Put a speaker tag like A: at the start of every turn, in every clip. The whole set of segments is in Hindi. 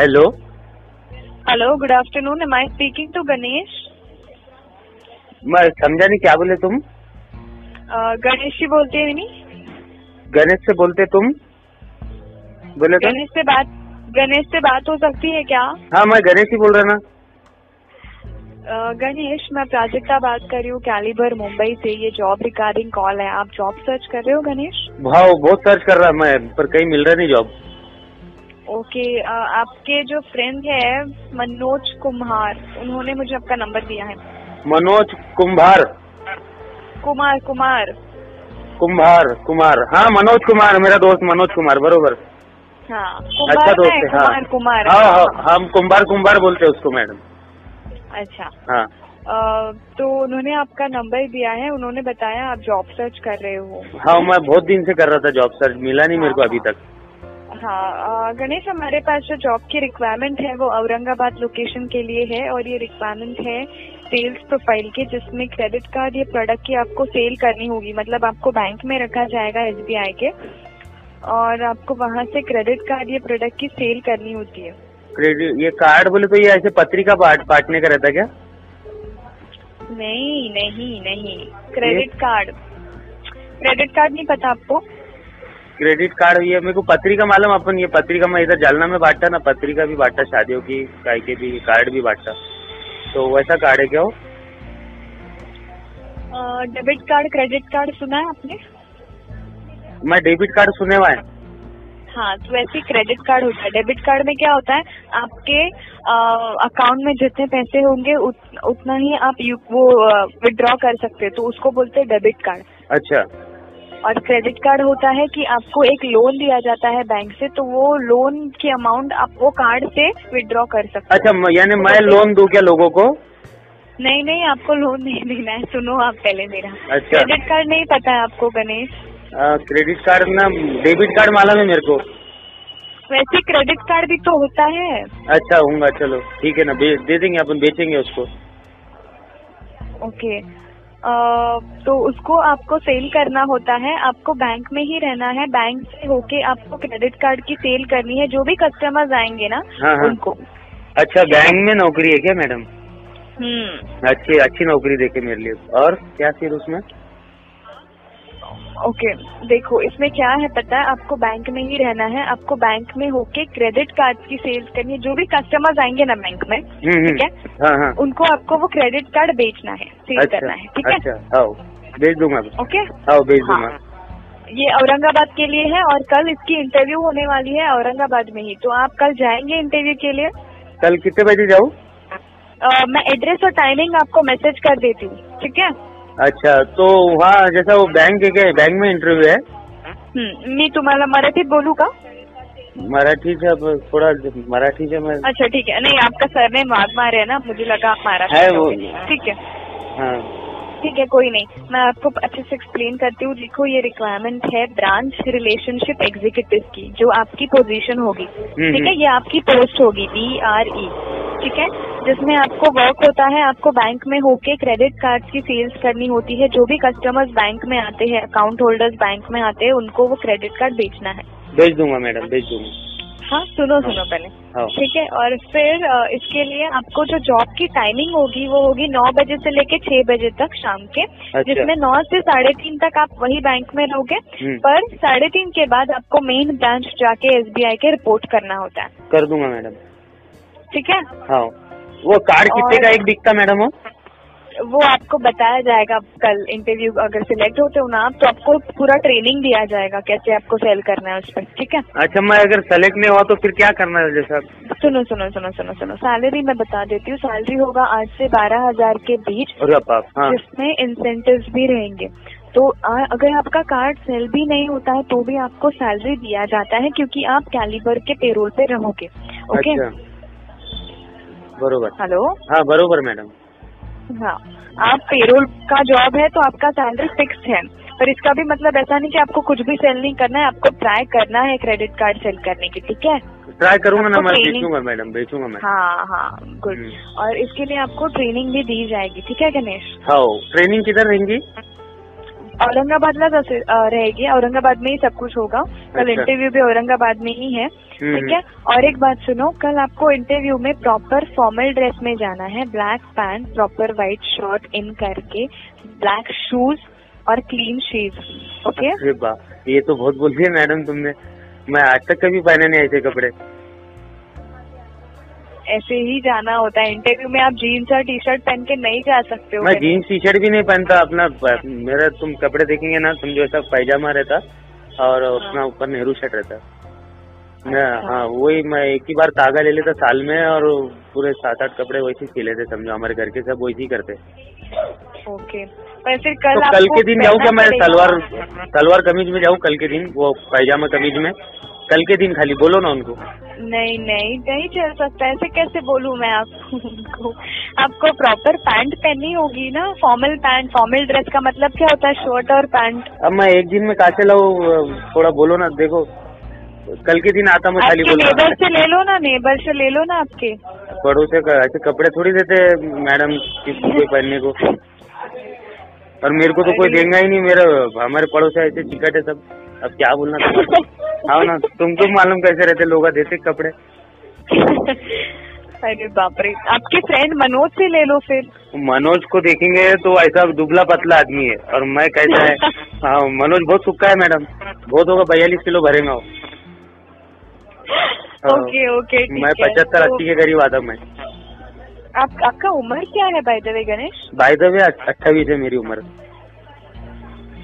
A: Hello
B: hello good afternoon am I speaking to Ganesh
A: मैं समझा नहीं क्या बोले तुम
B: अ, गणेश जी बोलते हैं नहीं
A: गणेश से बोलते तुम बोले तो
B: गणेश से बात गणेश से बात हो सकती है क्या
A: हाँ मैं गणेश ही बोल रहा ना
B: अ, गणेश Uh, मैं प्राजक्ता बात कर रही हूँ कैलिबर मुंबई से ये जॉब रिगार्डिंग कॉल है आप जॉब सर्च कर रहे हो गणेश
A: भाव बहुत सर्च कर रहा मैं पर कहीं मिल रहा नहीं जॉब
B: ओके अ, uh, आपके जो फ्रेंड है मनोज कुम्हार उन्होंने मुझे आपका नंबर दिया है
A: मनोज कुंभार
B: कुमार कुमार
A: कुंभार कुमार हाँ मनोज कुमार मेरा दोस्त मनोज कुमार बरोबर
B: हाँ
A: अच्छा
B: कुमार
A: दोस्त
B: है
A: है हाँ
B: कुमार कुमार
A: हाँ हाँ, हम कुंभार कुंभार बोलते हैं उसको मैडम
B: अच्छा
A: हाँ
B: अ, तो उन्होंने आपका नंबर दिया है उन्होंने बताया आप जॉब सर्च कर रहे हो
A: हाँ मैं बहुत दिन से कर रहा था जॉब सर्च मिला नहीं मेरे को अभी तक
B: हाँ अ, गणेश हमारे पास जो जॉब की रिक्वायरमेंट है वो औरंगाबाद लोकेशन के लिए है और ये रिक्वायरमेंट है सेल्स प्रोफाइल की जिसमें क्रेडिट कार्ड या प्रोडक्ट की आपको सेल करनी होगी मतलब आपको बैंक में रखा जाएगा एसबीआई के और आपको वहाँ से क्रेडिट कार्ड या प्रोडक्ट की सेल करनी होती है
A: क्रेडिट ये कार्ड बोले तो ये ऐसे पत्रिका बाट बांटने का रहता है क्या
B: नहीं नहीं नहीं क्रेडिट कार्ड क्रेडिट कार्ड नहीं पता आपको
A: क्रेडिट कार्ड ये मेरे को पत्रिका मालूम अपन ये पत्रिका मैं इधर जालना में बांटा ना पत्रिका भी बांटा शादियों की काय के भी कार्ड भी बांटा तो वैसा कार्ड है क्या वो
B: डेबिट कार्ड क्रेडिट कार्ड सुना है आपने
A: मैं डेबिट कार्ड सुने हुआ है
B: हाँ तो वैसे ही क्रेडिट कार्ड होता है डेबिट कार्ड में क्या होता है आपके अकाउंट में जितने पैसे होंगे उत, उतना ही आप यू, वो विड्रॉ कर सकते हैं तो उसको बोलते हैं डेबिट कार्ड
A: अच्छा
B: और क्रेडिट कार्ड होता है कि आपको एक लोन दिया जाता है बैंक से तो वो लोन की अमाउंट आप वो कार्ड से विड्रॉ कर सकते
A: अच्छा म- यानी मैं लोन दूं क्या लोगों को
B: हैं नहीं नहीं आपको लोन नहीं देना है सुनो आप पहले मेरा
A: अच्छा।
B: क्रेडिट कार्ड नहीं पता है आपको गणेश
A: आ, क्रेडिट कार्ड ना डेबिट कार्ड मालूम है मेरे को
B: वैसे क्रेडिट कार्ड भी तो होता है
A: अच्छा होगा चलो ठीक है ना बे, दे देंगे अपन बेचेंगे उसको
B: ओके अ, तो उसको आपको सेल करना होता है आपको बैंक में ही रहना है बैंक से होके आपको क्रेडिट कार्ड की सेल करनी है जो भी कस्टमर्स आएंगे ना
A: हाँ, हाँ।
B: उनको
A: अच्छा बैंक में नौकरी है क्या मैडम
B: हम्म
A: अच्छी अच्छी नौकरी देखे मेरे लिए और क्या फिर उसमें हम्म,
B: ओके देखो इसमें क्या है पता है आपको बैंक में ही रहना है आपको बैंक में होके क्रेडिट कार्ड की सेल्स करनी है जो भी कस्टमर्स आएंगे ना बैंक में
A: हम्म, हम्म।
B: ठीक है
A: हाँ हाँ
B: उनको आपको वो क्रेडिट कार्ड बेचना है सेल करना है ठीक है
A: अच्छा हाँ भेज दूंगा मैं।
B: ओके
A: हाँ भेज
B: हाँ।
A: दूंगा
B: ये औरंगाबाद के लिए है और कल इसकी इंटरव्यू होने वाली है औरंगाबाद में ही तो आप कल जाएंगे इंटरव्यू के लिए
A: कल कितने बजे जाऊँ
B: अ, मैं एड्रेस और टाइमिंग आपको मैसेज कर देती हूँ ठीक है
A: अच्छा तो वहाँ जैसा वो बैंक है क्या बैंक में इंटरव्यू है
B: हम्म, मी तुम्हाला मराठीत बोलू का
A: मराठी से अब थोड़ा मराठी से मैं
B: अच्छा ठीक है नहीं आपका सरनेम वाघमारे है ना मुझे लगा आप
A: है
B: महाराष्ट्र
A: वो।
B: ठीक है
A: हाँ
B: ठीक है कोई नहीं मैं आपको अच्छे से एक्सप्लेन करती हूँ देखो ये रिक्वायरमेंट है ब्रांच रिलेशनशिप एग्जीक्यूटिव की जो आपकी पोजीशन होगी ठीक है ये आपकी पोस्ट होगी बी आर ई ठीक है जिसमें आपको वर्क होता है आपको बैंक में होके क्रेडिट कार्ड की सेल्स करनी होती है जो भी कस्टमर्स बैंक में आते हैं अकाउंट होल्डर्स बैंक में आते हैं उनको वो क्रेडिट कार्ड बेचना है
A: भेज दूंगा मैडम भेज दूंगा
B: हाँ सुनो सुनो पहले
A: हाँ
B: ठीक है और फिर अ, इसके लिए आपको जो जॉब की टाइमिंग होगी वो होगी नौ बजे से लेके छह बजे तक शाम के जिसमें नौ से साढ़े तीन तक आप वही बैंक में रहोगे
A: हम्म,
B: पर साढ़े तीन के बाद आपको मेन ब्रांच जाके एसबीआई के रिपोर्ट करना होता है
A: कर दूंगा मैडम
B: ठीक है
A: हाँ वो कार्ड कितने
B: और-
A: का एक बिकता मैडम वो
B: वो आपको बताया जाएगा कल इंटरव्यू अगर सिलेक्ट होते हो ना आप तो आपको पूरा ट्रेनिंग दिया जाएगा कैसे आपको सेल करना है उस पर ठीक है
A: अच्छा मैं अगर सेलेक्ट नहीं हुआ तो फिर क्या करना है जैसा
B: सुनो सुनो सुनो सुनो सुनो सैलरी मैं बता देती हूँ सैलरी होगा आठ से बारह हजार के बीच
A: अरे बाप हाँ
B: जिसमें इंसेंटिव्स भी रहेंगे तो आ, अगर आपका कार्ड सेल भी नहीं होता है तो भी आपको सैलरी दिया जाता है क्योंकि आप कैलिबर के पेरोल पे रहोगे ओके
A: अच्छा बरोबर
B: हेलो
A: हाँ बरोबर मैडम
B: हाँ आप पेरोल का जॉब है तो आपका सैलरी फिक्स है पर इसका भी मतलब ऐसा नहीं कि आपको कुछ भी सेल नहीं करना है आपको ट्राई करना है क्रेडिट कार्ड सेल करने की ठीक है
A: ट्राई करूंगा ना
B: आपको
A: मैं
B: training-
A: बेचूंगा मैडम बेचूंगा मैं
B: हाँ हाँ गुड
A: हम्म।
B: और इसके लिए आपको ट्रेनिंग भी दी जाएगी ठीक है गणेश
A: हाँ ट्रेनिंग किधर रहेंगी
B: औरंगाबादला जसे अ, रहेगी औरंगाबाद में ही सब कुछ होगा कल
A: अच्छा।
B: इंटरव्यू भी औरंगाबाद में ही है
A: हम्म,
B: ठीक है और एक बात सुनो कल आपको इंटरव्यू में प्रॉपर फॉर्मल ड्रेस में जाना है black pant proper white shirt in करके ब्लैक शूज और क्लीन शेव ओके
A: अरे बाप ये तो बहुत बोल दिया मैडम तुमने मैं आज तक कभी पहने नहीं ऐसे कपड़े
B: ऐसे ही जाना होता है इंटरव्यू में आप जीन्स और टी शर्ट पहन के नहीं जा सकते हो
A: मैं जीन्स टी शर्ट भी नहीं पहनता अपना प- मेरा तुम कपड़े देखेंगे ना तुम जैसा पायजामा रहता और अपना ऊपर नेहरू शर्ट रहता मैं
B: हाँ। अच्छा।
A: हाँ वही मैं एक ही बार तागा ले लेता साल में और पूरे सात आठ कपड़े वैसे ही सी लेते समझो हमारे घर के सब वैसे ही करते
B: ओके पर फिर कल
A: तो
B: आपको
A: कल के दिन जाऊँ क्या मैं
B: पहनना
A: सलवार
B: पड़ेगा।
A: सलवार कमीज में जाऊँ कल के दिन वो पायजामा कमीज में कल के दिन खाली बोलो ना उनको
B: नहीं नहीं नहीं चल सकता ऐसे कैसे बोलूँ मैं आपको आपको प्रॉपर पैंट पहननी होगी ना फॉर्मल पैंट फॉर्मल ड्रेस का मतलब क्या होता है शर्ट और पैंट
A: अब मैं एक दिन में कहा से लाऊं थोड़ा बोलो ना देखो कल के दिन आता मैं खाली
B: आपके
A: बोलो
B: नेबर से ले लो ना नेबर से ले लो ना आपके
A: पड़ोसे का ऐसे कपड़े थोड़ी देते हैं मैडम किसी को पहनने को और मेरे को तो कोई
B: अरे।
A: देगा ही नहीं मेरा हमारे पड़ोस है ऐसे चिकट है सब अब क्या बोलना तुम्हारा? आओ हाँ, ना तुमको मालूम कैसे रहते लोग देते कपड़े
B: अरे बाप रे आपके फ्रेंड मनोज से ले लो फिर
A: मनोज को देखेंगे तो ऐसा दुबला पतला आदमी है और मैं कैसा है हाँ मनोज बहुत सुक्का है मैडम बहुत होगा बयालीस किलो भरेगा वो हाँ।
B: ओके ओके ठीक
A: मैं
B: है।
A: पचहत्तर
B: तो
A: अस्सी के करीब आता हूं मैं
B: आप आपका उम्र क्या है by the way Ganesh
A: by the way अट्ठाईस है मेरी उम्र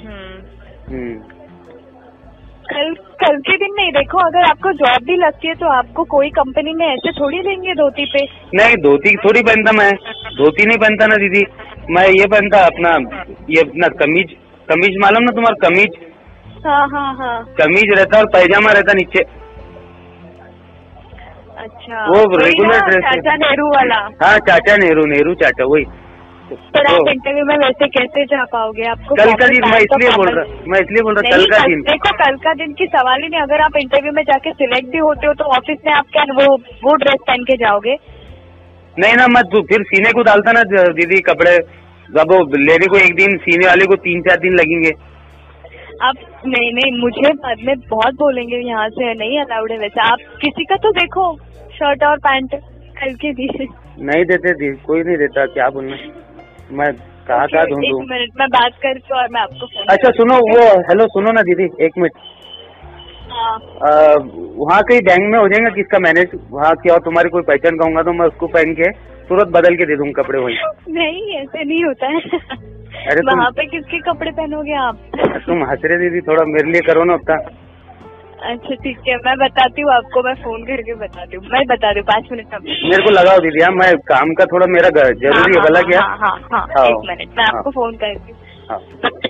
B: हम्म
A: हम्म
B: कल कल के दिन नहीं देखो अगर आपको जॉब भी लगती है तो आपको कोई कंपनी में ऐसे थोड़ी लेंगे धोती पे
A: नहीं धोती थोड़ी पहनता मैं धोती नहीं पहनता ना दीदी मैं ये पहनता अपना ये अपना कमीज कमीज मालूम ना तुम्हारा कमीज
B: हाँ हाँ हाँ
A: कमीज रहता और पैजामा रहता नीचे
B: अच्छा
A: वो
B: वही
A: रेगुलर
B: ना,
A: ड्रेस
B: चाचा नेहरू वाला
A: हाँ चाचा नेहरू नेहरू चाचा वही
B: पर
A: तो
B: आप इंटरव्यू में वैसे कैसे जा पाओगे आपको
A: कल का
B: proper
A: दिन
B: time
A: मैं
B: तो
A: इसलिए बोल
B: proper-
A: रहा मैं इसलिए बोल रहा
B: नहीं
A: कल का दिन
B: देखो कल का दिन की सवाल ही नहीं अगर आप इंटरव्यू में जाके सिलेक्ट भी होते हो तो ऑफिस में आप क्या वो वो ड्रेस पहन के जाओगे
A: नहीं ना मैं तो फिर सीने को डालता ना दीदी कपड़े जब वो लेने को एक दिन सीने वाले को तीन चार दिन लगेंगे
B: आप नहीं नहीं मुझे बाद में बहुत बोलेंगे यहाँ से नहीं अलाउड है वैसे आप किसी का तो देखो शर्ट और पैंट कल के दिन
A: नहीं देते दी कोई नहीं देता क्या बोलना मैं कहाँ
B: ओके,
A: कहाँ
B: एक
A: ढूंढूं
B: मिनट मैं बात करती हूँ और मैं आपको फोन
A: अच्छा सुनो वो हेलो सुनो ना दीदी एक मिनट
B: हाँ,
A: आ, वहाँ कहीं बैंक में हो जाएगा किसका मैनेज वहाँ की और तुम्हारी कोई पहचान का होगा तो मैं उसको पहन के तुरंत बदल के दे दूंगा कपड़े वहीं
B: नहीं ऐसे नहीं होता है
A: अरे तुम-
B: वहाँ पे किसके कपड़े पहनोगे आप
A: अच्छा, तुम हंस रहे दीदी थोड़ा मेरे लिए करो ना अपना
B: अच्छा ठीक है मैं बताती हूँ आपको मैं फोन करके बताती हूँ मैं बता दूँ पाँच मिनट का
A: मेरे को लगाओ दीदी हाँ मैं काम का थोड़ा मेरा ग- जरूरी है भला क्या
B: हाँ हाँ हाँ
A: हाँ।
B: एक मिनट मैं
A: हाँ।
B: आपको फोन करती हूँ
A: हाँ